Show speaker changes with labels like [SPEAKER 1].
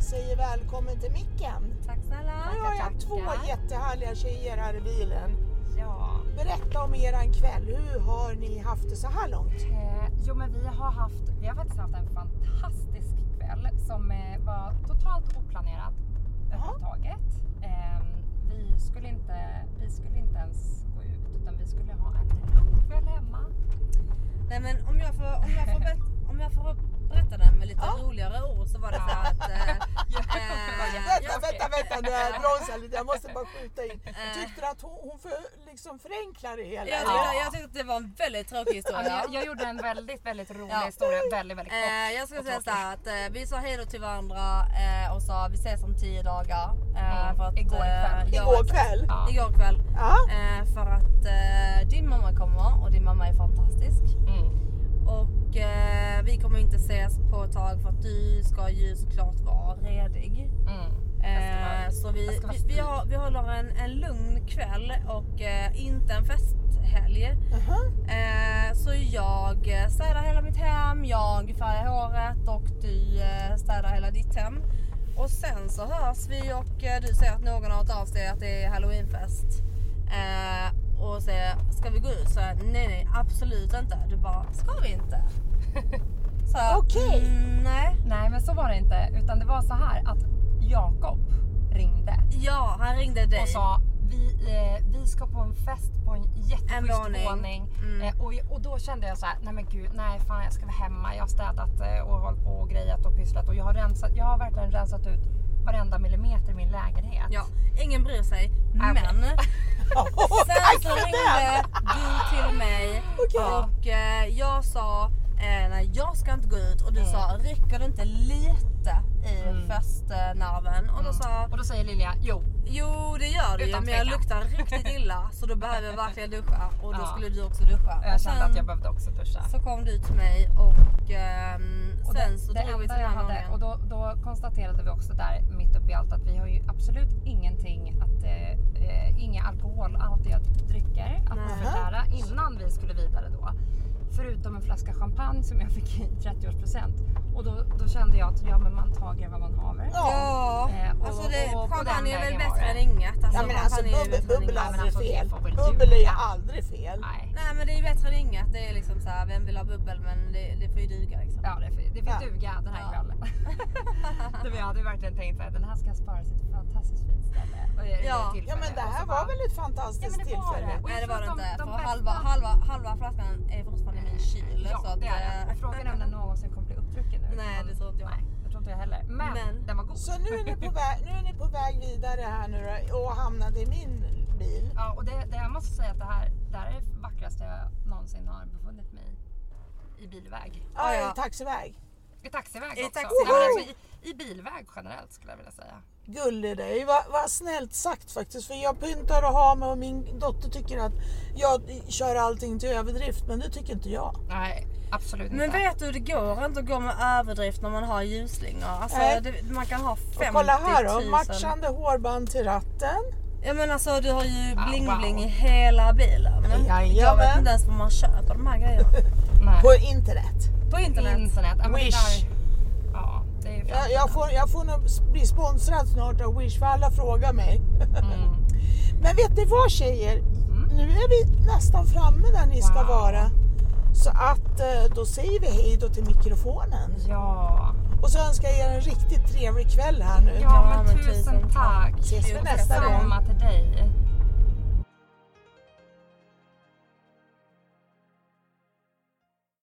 [SPEAKER 1] säger välkommen till micken.
[SPEAKER 2] Tack snälla.
[SPEAKER 1] Nu har jag
[SPEAKER 2] Tackar,
[SPEAKER 1] två
[SPEAKER 2] tackar.
[SPEAKER 1] jättehärliga tjejer här i bilen.
[SPEAKER 2] Ja.
[SPEAKER 1] Berätta om eran kväll. Hur har ni haft det så här långt?
[SPEAKER 2] Eh, jo men vi har haft, vi har faktiskt haft en fantastisk kväll som eh, var totalt oplanerat överhuvudtaget. Eh, vi, skulle inte, vi skulle inte ens gå ut utan vi skulle ha en lugn kväll hemma.
[SPEAKER 3] Nej men om jag får, om jag får, bet, om jag får berätta den med lite
[SPEAKER 1] Ja.
[SPEAKER 3] roligare ord så var det så här att... Eh,
[SPEAKER 2] Äh,
[SPEAKER 3] eh,
[SPEAKER 1] Vänta,
[SPEAKER 3] jag-
[SPEAKER 1] vänta, vänta nu jag bromsar lite. Jag måste bara skjuta in.
[SPEAKER 3] Eh.
[SPEAKER 2] Äh.
[SPEAKER 1] Tyckte du att hon, hon för, liksom förenklar det hela?
[SPEAKER 3] jag,
[SPEAKER 1] eller?
[SPEAKER 3] tyckte, jag tyckte att det var en väldigt tråkig
[SPEAKER 2] Ja, men
[SPEAKER 3] historia.
[SPEAKER 2] Alltså, jag, jag gjorde en väldigt, väldigt rolig
[SPEAKER 3] Ja.
[SPEAKER 2] historia väldigt, väldigt kort.
[SPEAKER 3] Eh, jag skulle
[SPEAKER 2] och
[SPEAKER 3] säga så
[SPEAKER 2] tråkig.
[SPEAKER 3] här att eh, vi sa hej då till varandra eh, och sa vi ses om tio dagar. Eh,
[SPEAKER 2] Mm.
[SPEAKER 3] för att,
[SPEAKER 2] Igår kväll.
[SPEAKER 3] ja,
[SPEAKER 1] Igår
[SPEAKER 3] exakt.
[SPEAKER 1] kväll?
[SPEAKER 2] Ja.
[SPEAKER 3] Igår kväll.
[SPEAKER 1] Ja.
[SPEAKER 3] Eh, för att eh, din mamma kommer och din mamma är fantastisk.
[SPEAKER 2] Mm.
[SPEAKER 3] Och eh, vi kommer inte ses på ett tag för att du ska ju såklart vara redig.
[SPEAKER 2] Mm. ska vara-
[SPEAKER 3] Eh, så vi,
[SPEAKER 2] jag ska vara
[SPEAKER 3] vi, vi, har, vi håller en, en lugn kväll och eh, inte en festhelg.
[SPEAKER 1] Aha.
[SPEAKER 3] Eh, så jag eh, städar hela mitt hem, jag färgar håret och du eh, städar hela ditt hem. Och sen så hörs vi och eh, du säger att någon har hört av sig att det är halloweenfest. Eh, och säger, ska vi gå ut? Så jag, nej nej absolut inte. Du bara, ska vi inte? Så jag,
[SPEAKER 1] Okej.
[SPEAKER 3] "Mm, nej.
[SPEAKER 2] Nej men så var det inte utan det var så här att Jakob ringde
[SPEAKER 3] Ja, han ringde dig.
[SPEAKER 2] och sa vi, eh, vi ska på en fest på en
[SPEAKER 3] En
[SPEAKER 2] jätteschysst
[SPEAKER 3] våning."
[SPEAKER 2] våning.
[SPEAKER 3] Mm.
[SPEAKER 2] Eh, och, och då kände jag så här, nej men gud, nej fan jag ska vara hemma. Jag har städat eh, och hållit på och grejat och pysslat och jag har, rensat, jag har verkligen rensat ut varenda millimeter i min lägenhet.
[SPEAKER 3] Ja, ingen bryr sig. Men
[SPEAKER 2] okej.
[SPEAKER 3] sen
[SPEAKER 1] tack
[SPEAKER 3] så
[SPEAKER 1] för
[SPEAKER 3] ringde
[SPEAKER 1] den!
[SPEAKER 3] du till mig
[SPEAKER 1] Okej.
[SPEAKER 3] och eh, jag sa eh, nej jag ska inte gå ut och du
[SPEAKER 2] Mm.
[SPEAKER 3] sa rycker du inte lite i
[SPEAKER 2] Mm.
[SPEAKER 3] festnerven? Och då sa
[SPEAKER 2] Och då säger Lilja, jo.
[SPEAKER 3] jo det gör du ju
[SPEAKER 2] Utan
[SPEAKER 3] men jag
[SPEAKER 2] tvekan."
[SPEAKER 3] luktar riktigt illa så då behöver jag verkligen duscha och då
[SPEAKER 2] Ja.
[SPEAKER 3] skulle du också duscha.
[SPEAKER 2] Jag
[SPEAKER 3] Och
[SPEAKER 2] kände
[SPEAKER 3] sen
[SPEAKER 2] att jag behövde också duscha.
[SPEAKER 3] så kom du till mig och ehm,
[SPEAKER 2] Och
[SPEAKER 3] sen
[SPEAKER 2] det,
[SPEAKER 3] så
[SPEAKER 2] det
[SPEAKER 3] drog vi till
[SPEAKER 2] enda jag
[SPEAKER 3] den här
[SPEAKER 2] hade,
[SPEAKER 3] gången.
[SPEAKER 2] och då, då konstaterade vi också där mitt uppe i allt att vi har ju absolut ingenting att, eh, eh, inga alkoholhaltiga drycker
[SPEAKER 3] Nej.
[SPEAKER 2] att förtära innan vi skulle vidare då. Förutom en flaska champagne som jag fick i 30-årspresent. Och då, då kände jag att ja men man tager vad man haver.
[SPEAKER 3] Ja,
[SPEAKER 2] Eh, och-
[SPEAKER 3] alltså det,
[SPEAKER 2] och på den
[SPEAKER 3] champagne är väl
[SPEAKER 2] vägen
[SPEAKER 3] bättre
[SPEAKER 2] var det.
[SPEAKER 3] än inget. Alltså,
[SPEAKER 1] Ja, men alltså
[SPEAKER 3] champagne är ju
[SPEAKER 1] bubbel,
[SPEAKER 3] bättre än
[SPEAKER 1] bubbel är
[SPEAKER 3] inget.
[SPEAKER 2] men
[SPEAKER 1] aldrig
[SPEAKER 2] alltså, det
[SPEAKER 1] fel.
[SPEAKER 2] får väl du
[SPEAKER 1] Bubbel är ju
[SPEAKER 2] göra.
[SPEAKER 1] aldrig fel.
[SPEAKER 2] Nej.
[SPEAKER 3] Nej men det är ju bättre än inget. Det är liksom så här, vem vill ha bubbel men det, det får ju duga liksom.
[SPEAKER 2] Ja, det, fick- det fick
[SPEAKER 1] Ja.
[SPEAKER 2] duga den här
[SPEAKER 3] Ja.
[SPEAKER 2] kvällen. Nej, men jag hade ju verkligen tänkt att den här ska jag spara till ett fantastiskt fint ställe. Och, eller
[SPEAKER 3] Ja.
[SPEAKER 2] tillfälle.
[SPEAKER 1] Ja men det
[SPEAKER 2] Och så
[SPEAKER 1] här
[SPEAKER 2] bara-
[SPEAKER 1] var väl ett
[SPEAKER 2] Ja,
[SPEAKER 1] fantastiskt
[SPEAKER 2] men det var
[SPEAKER 1] tillfälle?
[SPEAKER 2] det. Och jag
[SPEAKER 3] Nej det
[SPEAKER 2] tror
[SPEAKER 3] var det
[SPEAKER 2] att de-
[SPEAKER 3] inte.
[SPEAKER 2] de
[SPEAKER 3] för
[SPEAKER 2] bästa-
[SPEAKER 3] halva, halva, halva flaskan är fortfarande i min kyl.
[SPEAKER 2] Ja,
[SPEAKER 3] så att,
[SPEAKER 2] det är
[SPEAKER 3] eh,
[SPEAKER 2] den. Och frågan är om den någonsin kommer bli uppdrucken nu.
[SPEAKER 3] Nej, det tror inte jag.
[SPEAKER 2] Nej, jag tror inte jag heller. Men,
[SPEAKER 3] Men-
[SPEAKER 2] den var god.
[SPEAKER 1] Så nu är, ni på väg, nu är ni på väg vidare här nu då och hamnade i min bil.
[SPEAKER 2] Ja, och det, det jag måste säga att det här, det här är det vackraste jag någonsin har befunnit mig i. I bilväg.
[SPEAKER 1] Ja,
[SPEAKER 3] Ja, ja.
[SPEAKER 1] i taxiväg.
[SPEAKER 2] I taxiväg
[SPEAKER 3] I
[SPEAKER 2] också.
[SPEAKER 3] taxiväg.
[SPEAKER 2] Nej, men alltså, i, I bilväg generellt skulle jag vilja säga.
[SPEAKER 1] Gullig dig, vad vad snällt sagt faktiskt. För jag pyntar och har mig och min dotter tycker att jag kör allting till överdrift men det tycker inte jag.
[SPEAKER 2] Nej, absolut
[SPEAKER 3] Men
[SPEAKER 2] inte.
[SPEAKER 3] vet du det går inte att gå med överdrift när man har ljusslingor. Alltså,
[SPEAKER 1] Nej.
[SPEAKER 3] det, man kan ha 50
[SPEAKER 1] Och
[SPEAKER 3] 000.
[SPEAKER 1] kolla här då, matchande hårband till ratten.
[SPEAKER 3] Ja men alltså du har ju
[SPEAKER 2] Ah,
[SPEAKER 3] bling
[SPEAKER 2] wow.
[SPEAKER 3] bling i hela bilen.
[SPEAKER 1] Jajamän.
[SPEAKER 3] Jag vet inte ens var man köper de här grejerna.
[SPEAKER 2] Nej.
[SPEAKER 1] På internet.
[SPEAKER 3] På
[SPEAKER 2] internet.
[SPEAKER 3] internet.
[SPEAKER 2] Ja, men
[SPEAKER 1] Wish.
[SPEAKER 2] Det där, ja, det är ju
[SPEAKER 1] Jag,
[SPEAKER 2] framtiden.
[SPEAKER 1] jag, får, jag får nog bli sponsrad snart av Wish för alla frågar mig.
[SPEAKER 2] Mm.
[SPEAKER 1] Men vet ni vad tjejer? Nu är vi nästan framme där ni ska
[SPEAKER 2] Wow.
[SPEAKER 1] vara. Så att eh, då säger vi hej då till mikrofonen.
[SPEAKER 2] Ja.
[SPEAKER 1] Och så önskar jag er en riktigt trevlig kväll här nu.
[SPEAKER 2] Ja, men
[SPEAKER 3] men